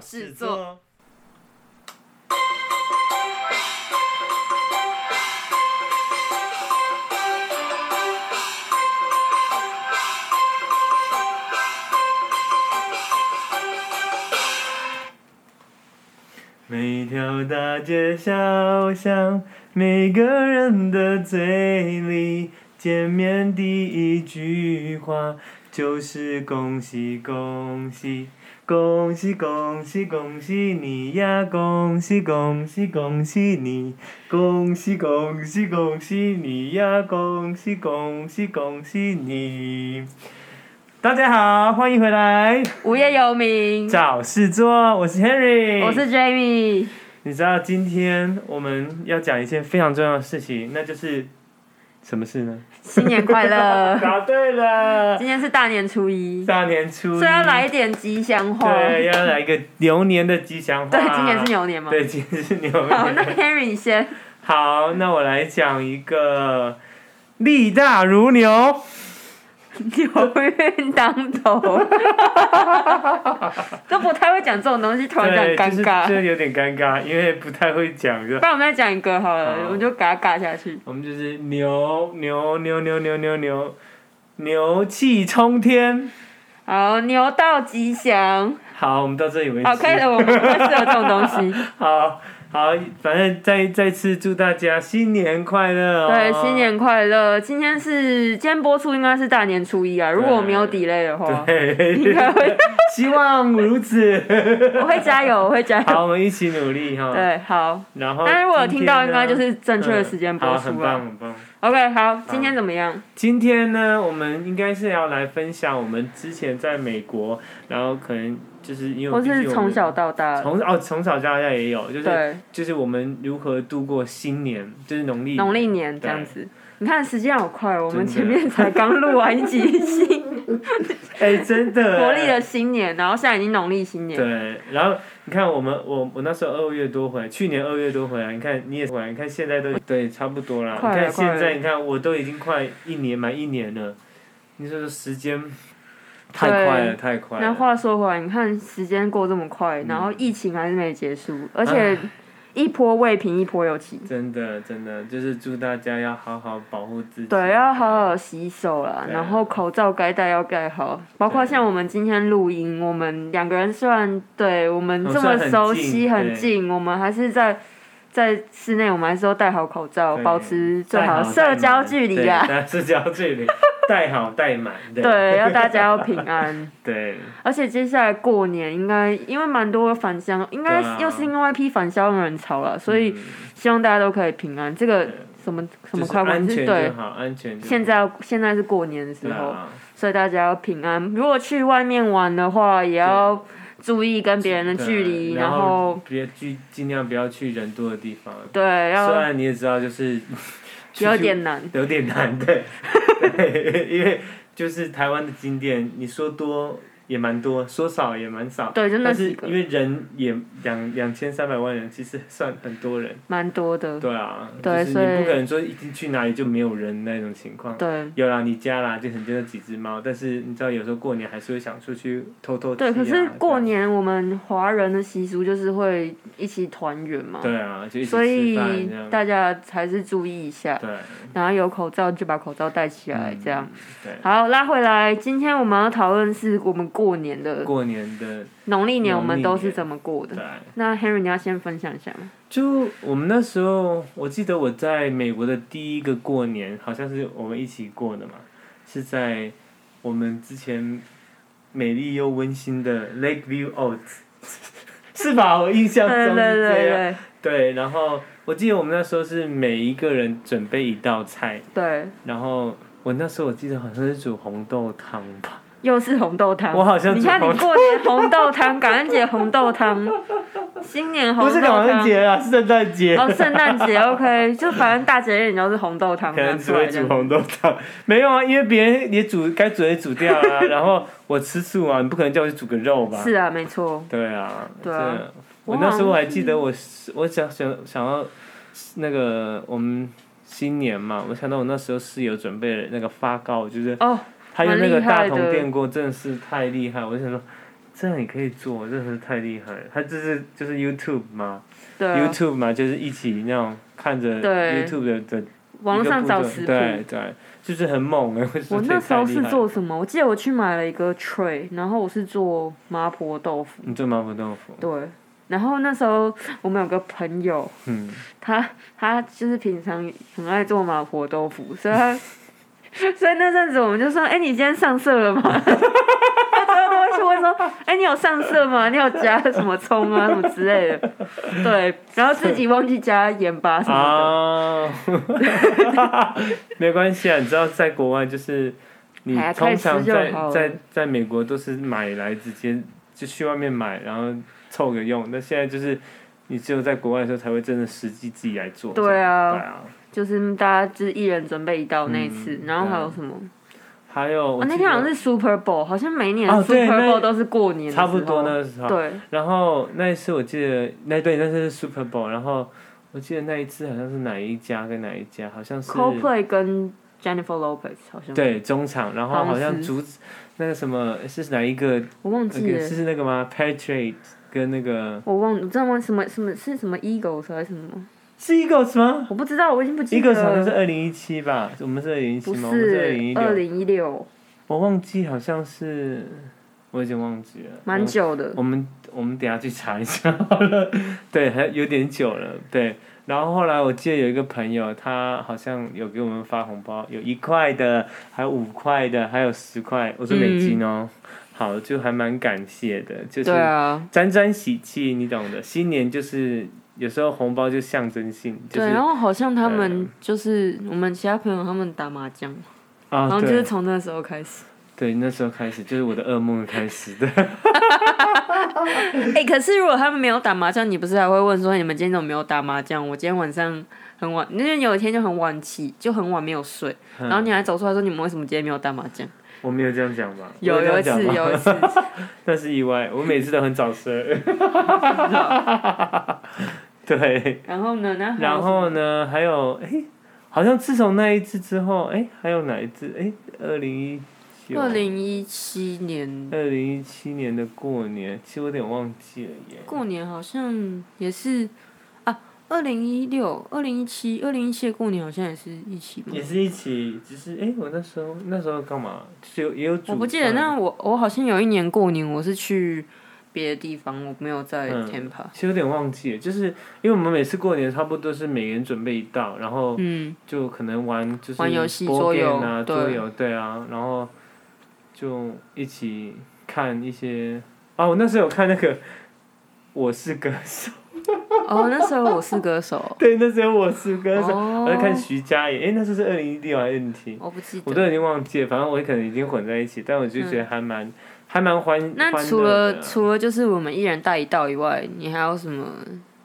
制作。每条大街小巷，每个人的嘴里，见面第一句话就是恭喜恭喜，恭喜恭喜恭喜你呀，恭喜恭喜恭喜你，恭喜恭喜恭喜你呀，恭喜恭喜恭喜你。大家好，欢迎回来，无业游民，找事做，我是 Henry，我是 Jamie。你知道今天我们要讲一件非常重要的事情，那就是什么事呢？新年快 乐！答对了，今天是大年初一，大年初一，所以要来一点吉祥话。对，要来一个牛年的吉祥话。对，今年是牛年吗？对，今年是牛好，那年。 Henry 你先。好，那我来讲一个力大如牛。牛运当 头，都不太会讲这种东西，突然对，间就很尴是尬。这有点尴尬，因为不太会讲的不。然我们再讲一个好了，好我就给它尬下去。我们就是牛牛牛牛牛牛牛牛气冲天。好，牛到吉祥。好，我们到这里为止。好，可以了，我们不太适合这种东西。 好好，反正再再次祝大家新年快乐哦！对，新年快乐！今天是今天播出应该是大年初一啊，如果我没有 delay 的话，应对，该会，希望如此。 我会加油，我会加油。好，我们一起努力哈。对，好。然后今天呢，但是我有听到，应该就是正确的时间嗯播好很出棒，啊。很棒。 OK，好，今天怎么样？今天呢，我们应该是要来分享我们之前在美国，然后可能就是因为我毕竟是我们从小到大，从哦从小到大也有，就是对，就是我们如何度过新年，就是农历农历年这对样子。你看时间好快，哦，我们真前的面才刚录完 一集 新哎真的国历的新年，然后现在已经农历新年。对，然后你看我们，我我那时候二月多回来，去年二月多回来，你看你也回来，你看现在都对差不多啦。你快了看快现了在，你看我都已经快一年满一年了，你说这时间太对快了，太快那了。话说回来，你看时间过这么快，嗯然后疫情还是没结束，而且一波未平一波又起。真的真的，就是祝大家要好好保护自己。对，要好好洗手啦，对然后口罩该戴要戴好，包括对像我们今天录音，我们两个人虽然对我们这嗯么虽然很熟近悉很对近，我们还是在在室内，我们还是都戴好口罩，对保持最戴好好的社交距离啊。对戴社交距 离，戴好戴满。对 对，要大家要平安，对而且接下来过年应该因为蛮多返乡，应该对啊又是另外一批返乡的人潮了，所以嗯希望大家都可以平安。这个对什么什就么是快关安是全对就，好，安全就好。现在要现在是过年的时对候，啊所以大家要平安。如果去外面玩的话，也要注意跟别人的距离，对然后后别去尽量不要去人多的地方。对虽要然你也知道，就是 出去有点难。有点难，对， 对因为就是台湾的景点，你说多也蛮多，说少也蛮少。对，真的但是是因为人也两两千三百万人，其实算很多人，蛮多的，对啊，对就是所以你不可能说一定去哪里就没有人那种情况。对有啦，你家啦，就很就那几只猫，但是你知道有时候过年还是会想出去透透气、啊。对。可是过对年我们华人的习俗就是会一起团圆嘛，对啊，就一起所吃以饭这样。大家还是注意一下，对，嗯然后有口罩就把口罩戴起来，这样。对，好，拉回来，今天我们要讨论是我们过年的过年的农历年，我农历们都是年怎么过对的。，那 Henry，你要先分享一下吗？就我们那时候，我记得我在美国的第一个过年，好像是我们一起过的嘛，是在我们之前美丽又温馨的 Lakeview Oaks，是吧？我印象中是对对这样。对对，然后我记得我们那时候是每一个人准备一道菜，对对，然后我那时候我记得好像是煮红豆汤吧，又是红豆汤。我好像你煮看你红过年红豆汤，感恩节红豆汤，新年红不豆是汤。感恩节啊，是圣诞节。哦，圣诞节 OK，就反正大节日你都是红豆汤 可能拿只出来会这煮样。红豆汤，没有啊，因为别人也煮该煮的也煮掉 啊，然后我吃素啊，你不可能叫我去煮个肉吧？是啊，没错。对啊，对啊真的我我那时候好像还记得我十，我想想想要那个我们新年嘛，我想到我那时候室友准备了那个发糕，就是哦，他用那个大蛮厉害铜的电锅，真的是太厉害，我就想说。这样也可以做，真的是太厉害了。他这是就是 YouTube 嘛对啊， ，YouTube 嘛，就是一起那种看着对 YouTube 的的网络上一个步找骤食谱。对对，就是很猛哎、我我觉那得时太候厉是害了。做什么？我记得我去买了一个 tray，然后我是做麻婆豆腐。你做麻婆豆腐，对，然后那时候我们有个朋友，嗯，他他就是平常很爱做麻婆豆腐，所以他所以那阵子我们就说：“哎、你今天上色了吗？” 他之后都会去问说：“哎、你有上色吗？你有加什么葱啊，什么之类的？”对，然后自己忘记加盐巴什么的。啊， 没关系啊，你知道在国外就是你哎呀可通以常吃就在好了在在美国都是买来直接就去外面买，然后凑个用。那现在就是你只有在国外的时候才会真的实际自己来做。对啊对啊。就是大家就是一人准备一道那一次，嗯然后还对有什么？还有、哦我，那记天得好像是 Super Bowl，好像每一年哦 Super 对那 Bowl 都是过年的时差候不多那时候。对，然后那一次我记得，那对那次是 Super Bowl，然后我记得那一次好像是哪一家跟哪一家，好像是 Coldplay 跟 Jennifer Lopez 好像，对中场，然后好像当时主那个什么是哪一个我忘那记个了，是那个吗？Patrick 跟那个我忘，我真的忘什么什么是什么 Eagles 还是什么，是 Eagles 吗我不知道，我已经不记得？Eagles 好像了是。二零一七吧，我们是二零一七不吗？我们是二是零一二六，零一六，我忘记好像是，我已经忘记了。蛮久的。我们我们等一下去查一下好了， 对，还有点久了，对。然后后来我记得有一个朋友，他好像有给我们发红包，有一块的，还有五块的，还有十块，我说美金哦。好，就还蛮感谢的，就是嗯对啊，沾沾喜气，你懂的。新年就是有时候红包就象征性，就对，啊是然后好像他呃们就是我们其他朋友他们打麻将，然啊，后就是对从那时候开始。对，那时候开始就是我的噩梦开始的。 哎、可是如果他们没有打麻将，你不是还会问说你们今天怎么没有打麻将？我今天晚上很晚，那天有一天就很晚起，就很晚没有睡，嗯然后你还走出来说你们为什么今天没有打麻将？我没有这样讲吧？有我这有一样讲次，吗有一次，那是意外，我每次都很早睡。 对，然后呢？那还有然后呢，还有哎、好像自从那一次之后，哎、还有哪一次？哎、二零一九、二零一七年二零一七年的过年，其实我有点忘记了耶。过年好像也是啊，二零一六、二零一七、二零一七过年好像也是一起吗也？是一起，只是哎、我那时候那时候干嘛？就是有也有煮我不记得，饭那我我好像有一年过年我是去别的地方，我没有在嗯 Tampa。其实有点忘记了，就是因为我们每次过年差不多是每人准备一道，然后嗯，就可能玩就是玩游戏 board 桌 game 游啊，对桌游对啊，然后就一起看一些啊，我那时候有看那个《我是歌 手》，，哦，那时候我是歌手对，那时候《我是歌手》我在看哦，徐佳莹，诶，那时候是二零一六还是 NT，我不记我得。都已经忘记了，反正我可能已经混在一起，但我就觉得还蛮、还蛮欢嗯那欢除乐的了啊除了就是我们一人带一道以外，你还有什么？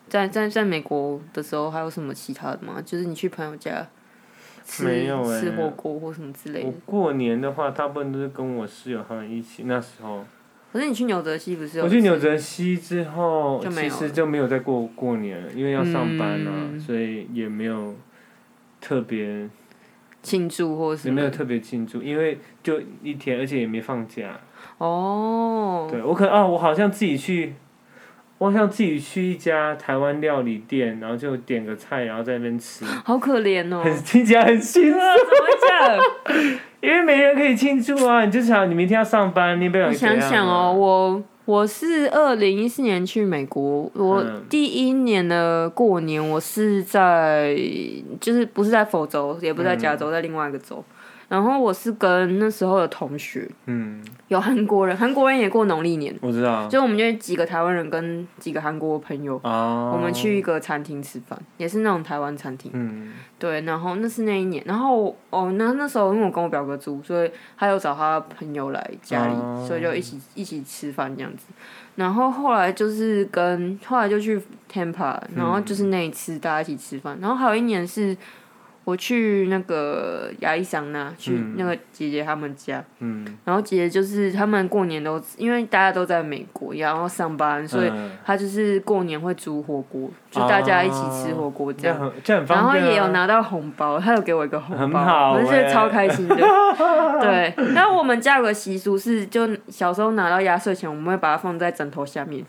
在在在美国的时候还有什么其他的吗？就是你去朋友家吃、没有欸吃火锅或什么之类我的。过年的话，大部分都是跟我室友他们一起。那时候可是你去纽泽西不是有？我去纽泽西之后，就没其有实就没有再过过年了，因为要上班了、嗯所以也没有特别庆祝或也什没有么？特别庆祝，因为就一天，而且也没放假。哦，对我可啊，我好像自己去，我好像自己去一家台湾料理店，然后就点个菜，然后在那边吃，好可怜哦！很 听起来很辛天苦，啊怎么会这样？ 因为没人可以庆祝啊。你就想你明天要上班，你也不你想怎样想啊哦，，我我是二零一四年去美国，我嗯第一年的过年我是在就是不是在佛州，也不是在加嗯州，在另外一个州。然后我是跟那时候的同学，嗯，有韩国人，韩国人也过农历年，我知道。所以我们就几个台湾人跟几个韩国朋友，哦，我们去一个餐厅吃饭，也是那种台湾餐厅。嗯，对，然后那是那一年，然后哦，那那时候因为我跟我表哥住，所以他有找他朋友来家里，哦所以就一起一起吃饭这样子。然后后来就是嗯跟后来就去 Tampa，然后就是那一次大家一起吃饭，然后还有一年是我去那个亚利桑那，去嗯那个姐姐他们家，嗯，然后姐姐就是他们过年都因为大家都在美国，然后上班，所以嗯她就是过年会煮火锅，就大家一起哦吃火锅这样。很这很方然后便、啊。也有拿到红包，他有给我一个红包，很好我就觉得欸超 开心的。对，然后我们家有个习俗是，就小时候拿到压岁钱，我们会把它放在枕头下面。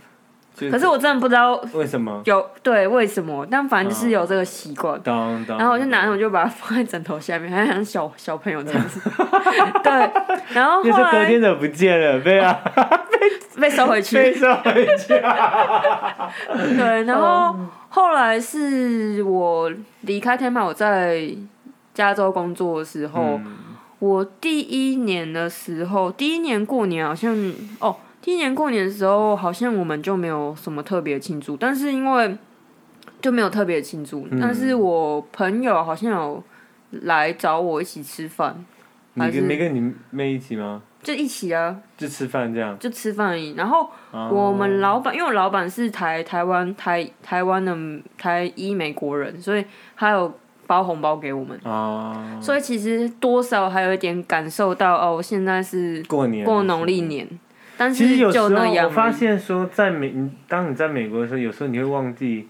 就可是我真的不知道为什么？有对为什么，但反正就是嗯有这个习惯。当当。然后我就拿着，我就把它放在枕头下面，还像小小朋友 这样子。对，然后就是后隔来天的不见了，被啊 被收回去。被收回家。对，然后嗯后来是我离开天马，我在加州工作的时候，嗯我第一年的时候，第一年过年好像哦，第一年过年的时候好像我们就没有什么特别庆祝，但是因为就没有特别庆祝，嗯但是我朋友好像有来找我一起吃饭，你还是跟没跟你妹一起吗？就一起啊，就吃饭这样。就吃饭而已。然后哦我们老板，因为我老板是台台湾台台湾的台裔美国人，所以他有包红包给我们，啊，所以其实多少还有一点感受到哦，现在是过年过农历。年，但其是实有时候就那样我而已发现说，在美，你当你在美国的时候，有时候你会忘记，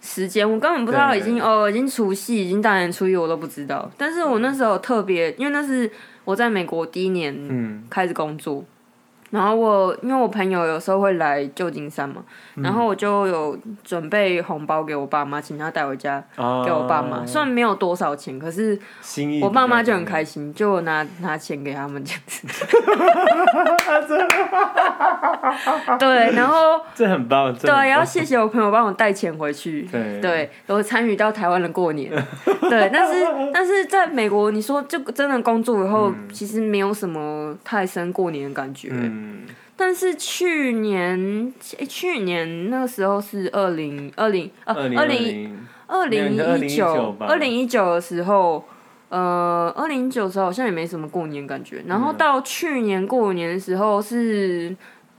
时间，我根本不知道对已经哦，已经除夕，已经大年初一，我都不知道。但是我那时候特别，因为那是我在美国第一年嗯，开始工作，然后我因为我朋友有时候会来旧金山嘛，嗯然后我就有准备红包给我爸妈，请他带回家啊给我爸妈。虽然没有多少钱，可是心意比较我重要。爸妈就很开心，就我拿拿钱给他们这样 子。 对，然后这很棒，这对啊，很 也要棒谢谢我朋友帮我带钱回去。对对，我参与到台湾的过年。对，但 是但是在美国，你说就真的工作以后，其实没有什么太深过年的感觉。嗯，但是去年，诶去年那个时候是二零二零呃二零二零二零一九2019吧二零一九的时候，呃，二零一九的时候好像也没什么过年感觉。然后到去年过年的时候是，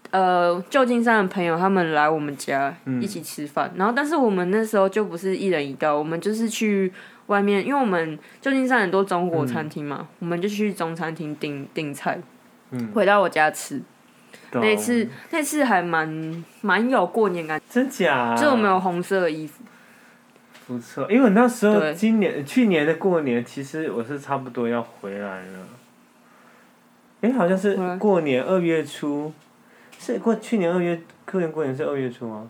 呃，旧金山的朋友他们来我们家嗯一起吃饭，然后但是我们那时候就不是一人一道，我们就是去外面，因为我们旧金山很多中国餐厅嘛，我们就去中餐厅订订菜，嗯，回到我家吃。懂那次那次还蛮蛮有过年感，真假？就我们有红色的衣服。不错，因为我那时候对今年去年的过年，其实我是差不多要回来了。哎，好像是回来过年二月初，是过去年二月，去年过年是二月初吗？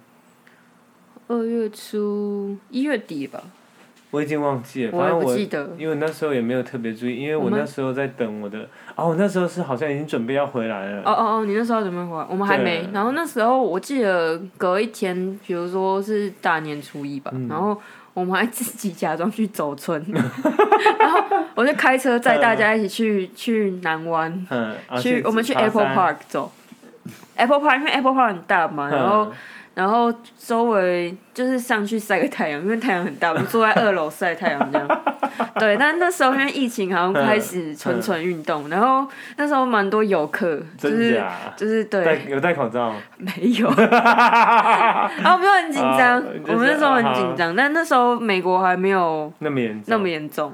二月初一月底吧，我已经忘记了，我反也正不我记得。因为那时候也没有特别注意，因为我我们那时候在等我的，哦，我那时候是好像已经准备要回来了。哦哦哦，你那时候准备回来，我们还没。对然后那时候我记得隔一天，比如说是大年初一吧，嗯然后我们还自己假装去 走村，然后我就开车载大家一起去去南湾，嗯，啊去我们去爬山 Apple Park 走。Apple Park 因为 Apple Park 很大嘛，嗯然后然后周围就是上去晒个太阳，因为太阳很大，我们坐在二楼晒太阳这样。 对，但那时候因为疫情，好像开始蠢蠢运动，然后那时候蛮多游客，就真是假？就是戴对，有戴口罩，没 有。然后我们就很紧张，哦就是啊我们那时候很紧张，但那时候美国还没有那么严重，那么严重。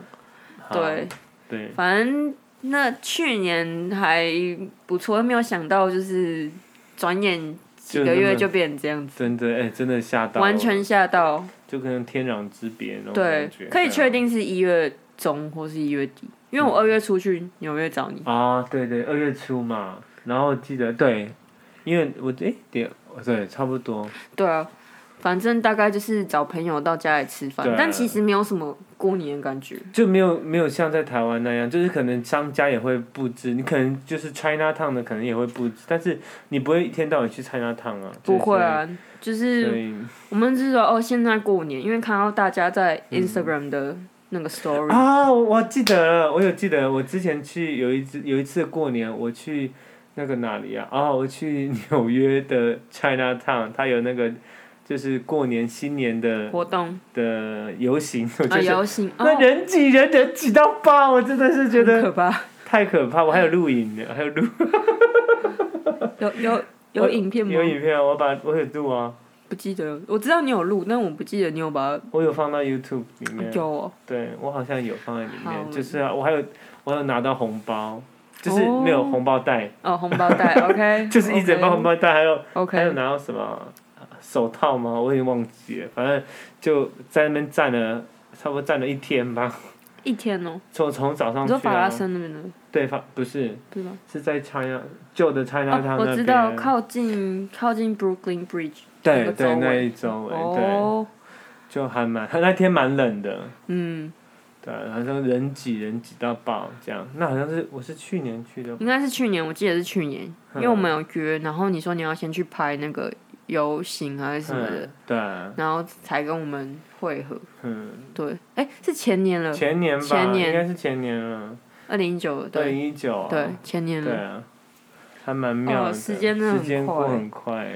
好对，对，反正那去年还不错，没有想到就是转眼几个就那月么就变成这样子，真的哎，真的吓到，完全吓到。就可能天壤之别那种对感觉。，啊可以确定定是一月中或是一月底，因嗯为我二月初去纽约找你。啊，对对，二月初嘛，然后记得对，因为我哎点对差不多，对啊，反正大概就是找朋友到家里吃饭对，啊但其实没有什么过年的感觉。就没有没有像在台湾那样，就是可能商家也会布置，你可能就是 China Town 的可能也会布置，但是你不会一天到晚去 China Town 啊，不会，啊，就所是以我们是说哦，现在过年，因为看到大家在 Instagram 的那个 story，、嗯啊，我我记得了，我有记得，我之前去有一次有一次过年，我去那个哪里啊？啊，我去纽约的 China Town，它有那个就是过年新年的活动的游行， 我就啊，是、游行哦，那人挤人，人挤到爆，我真的是觉很得可怕，太可怕。我还有录影的，还有录有有有影片吗有？影片啊，我把我有录啊，不记得，我知道你有录，但我不记得你有把我有放到 YouTube 里它面，有哦。对我好像有放在里好面，就是啊我还有我还有拿到红包，就是没有哦红包袋，哦，红包袋 ，OK，就是一整包红包袋，还有 OK，还有拿到什么手套吗？我已经忘记了，反正就在那边站了差不多站了一天吧，一天哦。从从早上你去、说啊。法拉盛那边的，对，法不是对吧？是在 China 旧的 China 哦 Town 那边。，我知道，靠近靠近 Brooklyn Bridge 那对个对周那围一周围，对，哦，就还蛮那天蛮冷的，嗯，对，好像人挤人挤到爆这样。那好像是我是去年去的，应该是去年，我记得是去年，因为我们有约，然后你说你要先去拍那个游行还是什么的，嗯，对，然后才跟我们会合。嗯，对，哎、是前年了，前年吧，前年应该是前年了，二零一九，二对零一九，对，前年对了，啊，还蛮妙的，哦时间真的很时间过快很快，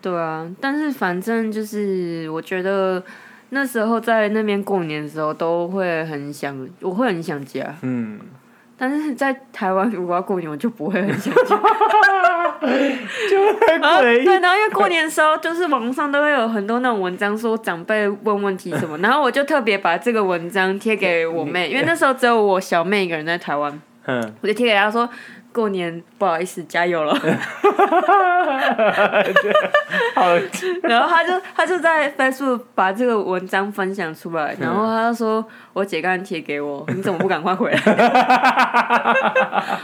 对啊。但是反正就是，我觉得那时候在那边过年的时候，都会很想，我会很想家。嗯，但是在台湾，如果要过年，我就不会很想家。就很然后诡异， 对，然后因为过年的时候，就是网上都会有很多那种文章说长辈问问题什 么，然后我就特别把这个文章贴给我妹，因为那时候只有我小妹一个人在台湾，嗯，我就贴给她说。过年不好意思，加油 了。好，？然后她就她就在 Facebook 把这个文章分享出来，然后她就说：“我姐刚刚贴给我，你怎么不赶快 回来？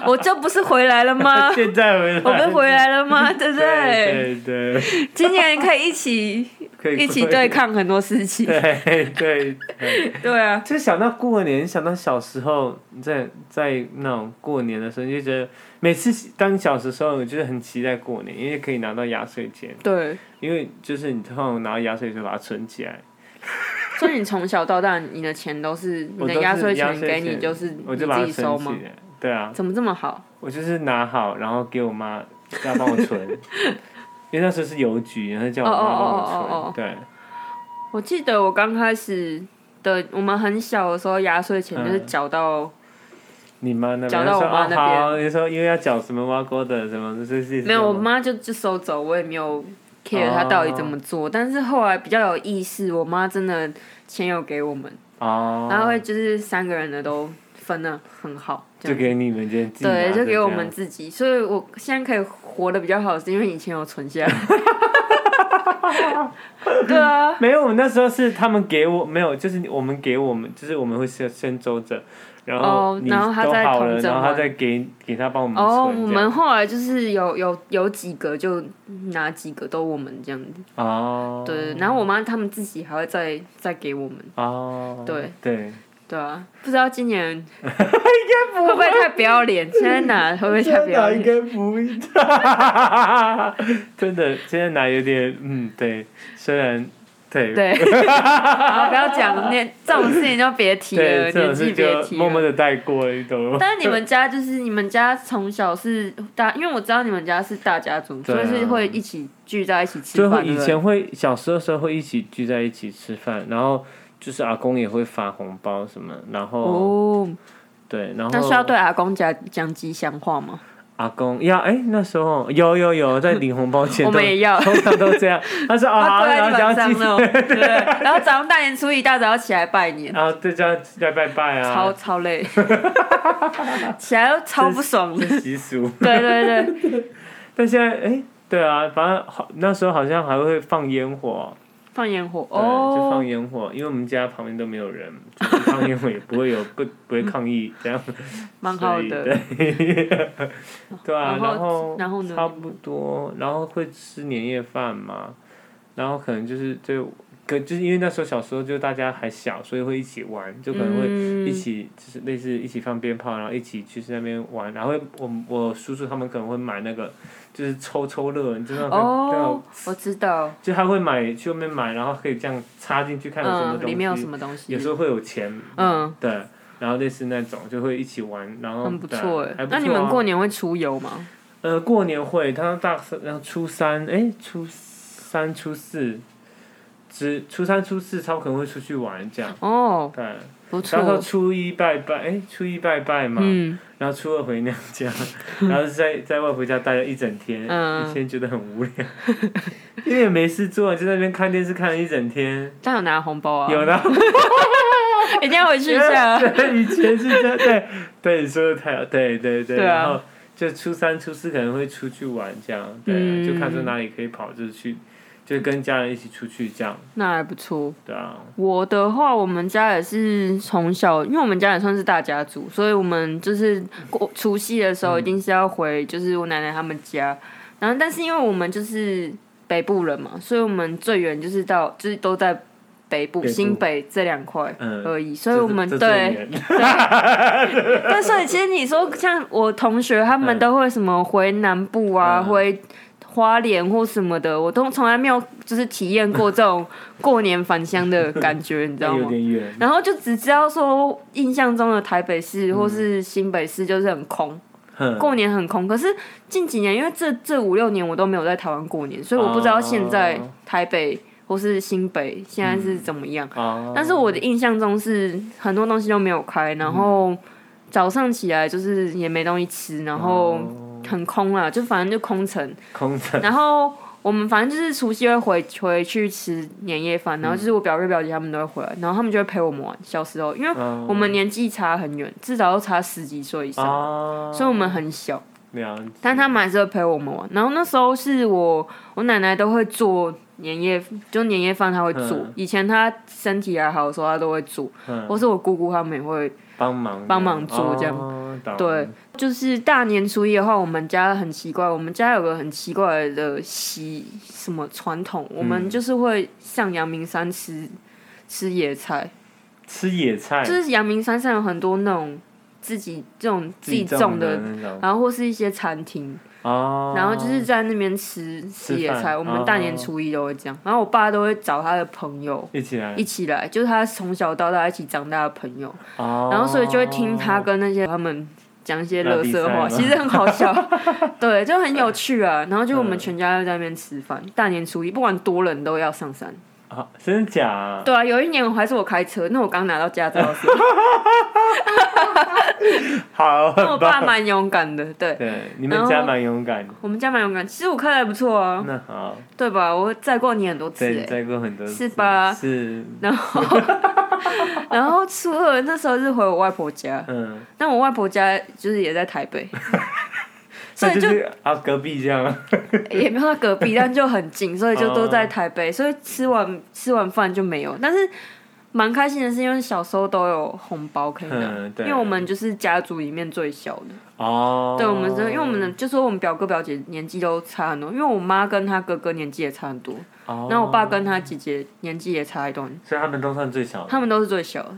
我这不是回来了吗 现在回来，我们回来了吗？对不对？对对对，今年可以一起 可以一起对，抗很多事情。对对对。对啊，就想到过年，想到小时候你在在那种过年的时候，你就觉得每次当小时时候，我就是很期待过年，因为可以拿到压岁钱，对，因为就是你通常拿到压岁钱把它存起来，所以你从小到大，你的钱都是你我的都是压岁压钱岁给你，钱就是你我自就把它己收存起吗？来。对啊，怎么这么好？我就是拿好，然后给我妈要帮我 存，因为那时候是邮局，然后叫我妈帮我存。哦哦哦哦哦对，我记得我刚开始的，我们很小的时候，压岁嗯钱就是缴到、你妈那边缴到我说妈啊那边好，你说因为要缴什么挖沟的什么，这是没有，我妈就就收走，我也没有哦 care 她到底怎么做。但是后来比较有意识，我妈真的钱有给我们，哦，然后会就是三个人的都分的很好，这就样。给你们这样自己拿对，就这给样我们自己，所以我现在可以活得比较好，是因为以前有存下来。对啊，没有，我们那时候是他们给我没有，就是我们给我们，就是我们会先先周着，然后哦你都然后他再好了，同整然后他完再给给他帮我们哦，嗯存我这样们后来就是有有有几个就拿几个都我们这样子，哦，对对。对然后我妈他们自己还会再再给我们，哦，对对，对啊。不知道今 年会不会太不要脸？现在拿会不会啊太不 要脸？该不会，真的现在拿有点嗯对，虽然对对， 好，不要讲那这种事情就别提了， 对这年种纪事别就提默默了。的带过，你懂吗？但是你们家就是你们家从小是大，因为我知道你们家是大家族，对所啊以是会一起聚在一起吃就饭会对以不对前会小时候的时候会一起聚在一起吃饭，然后就是阿公也会发红包什么，然后。哦，对，然后那需要对啊阿公讲讲吉祥话吗？阿公要哎、那时候有有有在领红包前 我都们也要通常都这样，他说哦他好，坐在然地后就要板上记那种，对，然后早上大年初一一大早要起来拜年，然后啊对就要要拜拜超 啊，超累，起来都超不爽的。这习俗。对对对，但现在哎、对啊，反正好那时候好像还会放烟火，放烟火对，就哦放，烟火，因为我们家旁边都没有人，就是放烟火也不会有 不不会抗议这样，蛮好所以的。对，对啊，然后然后差呢？不多，然后会吃年夜饭嘛，然后可能就是就可就是因为那时候小时候就大家还小，所以会一起玩，就可能会一嗯，起、就是类似一起放鞭炮，然后一起去那边玩，然后会我我叔叔他们可能会买那个就是抽抽乐，你知道那哦种，我知道，就他会买去外面买，然后可以这样插进去看有什么嗯，东里西，面有什么东有西？时候会有钱，嗯，对，然后类似那种就会一起玩，然后很不哦对错哎还。不那你错们啊过年会出游吗？呃，过年会，他大三，然后初三，哎，初三、初四，只初三、初四超可能会出去玩这样。哦，对，不然后错，初一拜拜，哎，初一拜拜嘛，嗯，然后初二回娘家， 然后在在外婆家待了一整天，嗯以前觉得很无聊，因为也没事做，就在那边看电视看了一整天。但有拿红包啊，哎有，的， 一定要回去一下，啊对，以前是这样，对，对，你说的太好，对对对，对啊然后就初三、初四可能会出去玩这样，对，啊嗯就看说哪里可以跑，就是去，就跟家人一起出去这样，那还不错。对啊，我的话，我们家也是从小，因为我们家也算是大家族，所以我们就是过除夕的时嗯候，一定是要回就是我奶奶他们家。然后，但是因为我们就是北部人嘛，所以我们最远就是到就是都在北部、北部新北这两块嗯而已，呃所以我们这这啊最对远 对，所以其实你说像我同学他们嗯都会什么回南部啊，嗯回花莲或什么的，我都从来没有就是体验过这种过年返乡的感觉，你知 道吗哎有？点远，然后就只知道说，印象中的台北市或是新北市就是很空，哼过年很空。可是近几年，因为这这五六年我都没有在台湾过年，所以我不知道现在哦台北或是新北现在是怎么样。哦，但是我的印象中是很多东西都没有开，然后早上起来就是也没东西吃，然后哦很空啦，就反正就 空城。空城，然后我们反正就是除夕会回回去吃年夜饭，嗯然后就是我表哥表姐他们都会回来，然后他们就会陪我们玩。小时候，因为嗯我们年纪差很远，至少要差十几岁以上，哦，所以我们很小，了解，但他们还是会陪我们玩。然后那时候是我我奶奶都会做年夜，就年夜饭她会做，嗯以前她身体还好的时候她都会做，嗯或是我姑姑他们也会帮忙帮忙做这样样，懂对，就是大年初一的话，我们家很奇怪，我们家有个很奇怪的习什么传统，我嗯们就是会上阳明山吃吃野菜，吃野菜，就是阳明山上有很多那种自己这种自己种种的，那种然后或是一些餐厅，哦，然后就是在那边吃吃野菜。饭我们大年哦初一都会这样，然后我爸都会找他的朋友一起来一，起来，就是他从小到大一起长大的朋友。哦然后所以就会听他跟那些他们讲一些乐色那比赛吗话，呃其实很好 笑，对，就很有趣啊。然后就我们全家又在那边吃饭，大年初一不管多人都要上山。啊，真的假啊？对啊，有一年我还是我开车，那我刚拿到驾照的 时候，好，那我很爸棒，蛮勇敢的，对。对，你然们后家蛮勇敢的，我们家蛮勇敢，其实我开的还不错啊，那好，对吧？我载过你很多次、对，欸，载过很多次，是吧是，然后， 然后初二那时候是回我外婆家，嗯，但我外婆家就是也在台 北，所那以就就是啊，隔壁这样，也没有到 隔壁，但就很近，所以就都在台北，所以吃完吃完饭就没有。但是蛮开心的是，因为小时候都有红包可以拿，嗯因对为我们就是家族里面最小的。哦， 对，我们真的，因为我们的就说我们表哥表姐年纪都差很多，因为我妈跟她哥哥年纪也差很多，哦，然后我爸跟他姐姐年纪也差一段，所以他们都算最小的，他们都是最小的。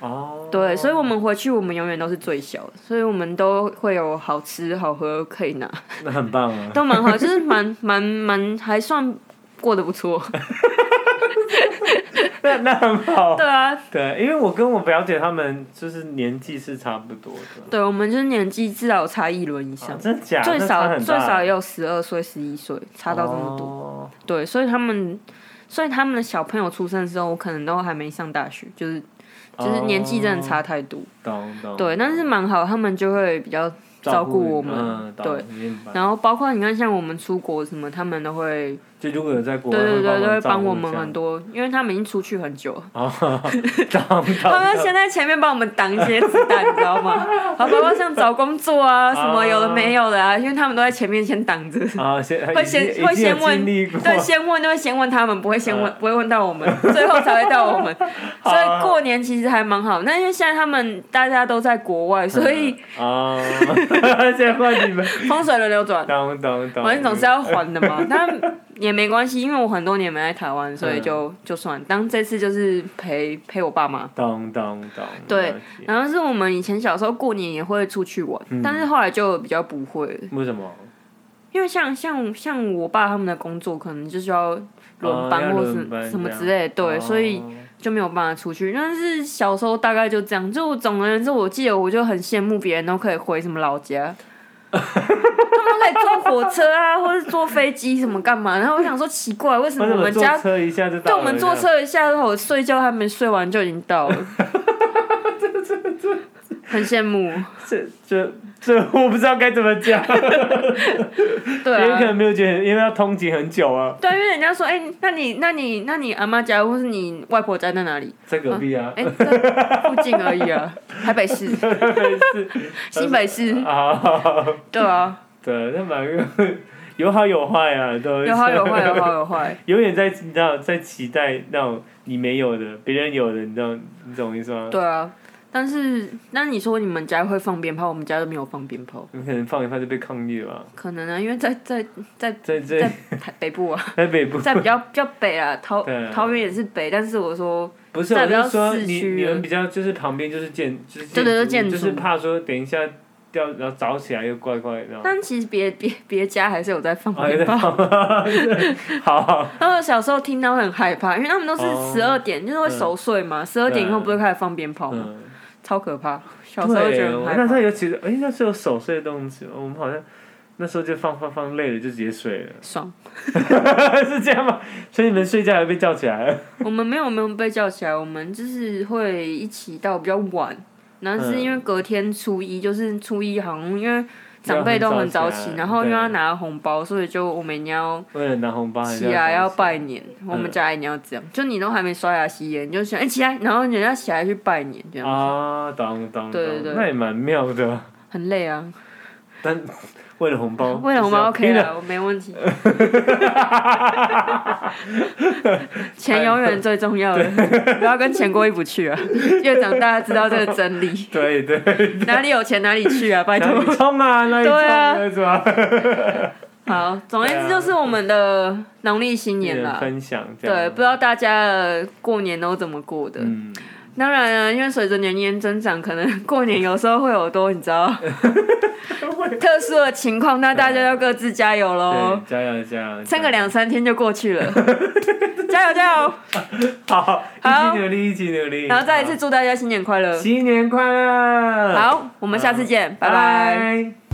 哦，对，所以我们回去我们永远都是最小的，所以我们都会有好吃好喝可以拿。那很棒啊，都蛮好，就是蛮 蛮蛮还算过得 不错。那 那很好，对啊，对，因为我跟我表姐他们就是年纪是差不多的，对我们就是年纪至少有差一轮以啊上，真的假的？最那差少很大欸最少也有十二岁、十一岁，差到这么多。哦对，所以他们，所以他们的小朋友出生的时候，我可能都还没上大学，就是哦就是年纪真的差太多。懂懂。对，但是蛮好，他们就会比较照顾我们。嗯、懂对，，明白。然后包括你看，像我们出国什么，他们都会就如果有在国外，对对对，都会会帮我我们很多。多，因为他们已经出去很久了。 哦，懂懂他们懂。先在前面帮我们挡一些子弹，你知道 吗？好，包括像找工作啊，什么有的没有的啊，因为他们都在前面先挡 着。啊，先会先已经会已经有先问经历过对，先问就会先问他们，不会先问，啊不会问到我们，最后才会到我 们。所以过年其实还蛮好。那因为现在他们大家都在国外，所以 啊，现在换你们，风水轮流转，懂懂懂。反正总是要还的嘛。但也没关系，因为我很多年没在台湾，所以就就算。当这次就是陪陪我爸妈，懂懂懂。对了解，然后是我们以前小时候过年也会出去玩，嗯但是后来就比较不会了，为什么？因为像像像我爸他们的工作可能就是要轮哦班要或轮班是什么这样之类的，对，哦所以就没有办法出去。但是小 时候大概就这样，就总而言之，我记得我就很羡慕别人都可以回什么老家，他们都可以坐火车啊，或者是坐飞机什么干嘛？然后我想说奇怪，为什么为什我么们坐家车一下就到对了？我们坐车一下，我睡觉还没睡完就已经到了， 很羡慕。这样，这这这我不知道该怎么讲，对因为可啊，能没有觉得，因为要通勤很久啊，对，因为人家说，哎、那你那你那你阿妈家或是你外婆家在哪里？在隔壁啊，哎、在附近而已 啊，台北市、 新北市，啊， 对啊，对，那蛮有 好有坏啊，都有好有坏，有好有坏。永远在你知道在期待那种你没有的，别人有的，你知道你懂我意思吗？对啊，但是那你说你们家会放鞭炮，我们家都没有放鞭炮，你可能放一放就被抗议了吧，可能啊，因为在在在在这在台北部 啊，在北部在比较比较北啊，桃对啊桃园也是北，但是我说不是，在我比较是说市你区你的们比较就是旁边就是建就是对对对筑建就筑是怕说等一下掉然后早起来又怪怪，然后但其实别别别家还是哦有在放啊又鞭在炮。放， 好，然后小时候听到会很害怕，因为他们都是哦十二点，就是会熟睡嘛，十二点以后不是开始放鞭炮吗？嗯，超可怕，小时候觉对，得很我害那时怕候。尤其是哎那时候有守岁的动作，我们好像那时候就放放放累了就直接睡了， 爽，是这样吗？所以你们睡觉还被叫起来，我们没有没有被叫起来，我们就是会一起到比较晚，然后是嗯因为隔天初一，就是初一好像因为长辈要都很很早早起起来，然后又对要拿红包，所以就我们一定要为了拿红包还是起来要早起来拜年，我嗯们家一定要这样，就你都还没刷牙洗脸，你就想哎、起来，然后人家起来去拜年，这样啊，当当对对当对那也蛮妙的，很累啊。但为了红包，为了我们就是要 OK 了，我没问题。钱永远最重 要的，不要跟钱过意不去啊！越长大知道这个真理，对 对，哪里有钱哪里去 啊！拜哪托。里冲啊，哪里冲对啊那是吧？好，总而言之就是我们的农历新年人啦。分享这对，样，不知道大家呃过年都怎么过的？嗯，当然了，因为随着年年增长，可能过年有时候会有多你 知道特殊的情况，那大家要各自加油喽。对，加油加油，撑加个油两哦三天就过去 了，加油加油！好，一好起努力，一起努力，然后再一次祝大家新年快好，乐。新年快乐，，好，我们下次见，拜拜拜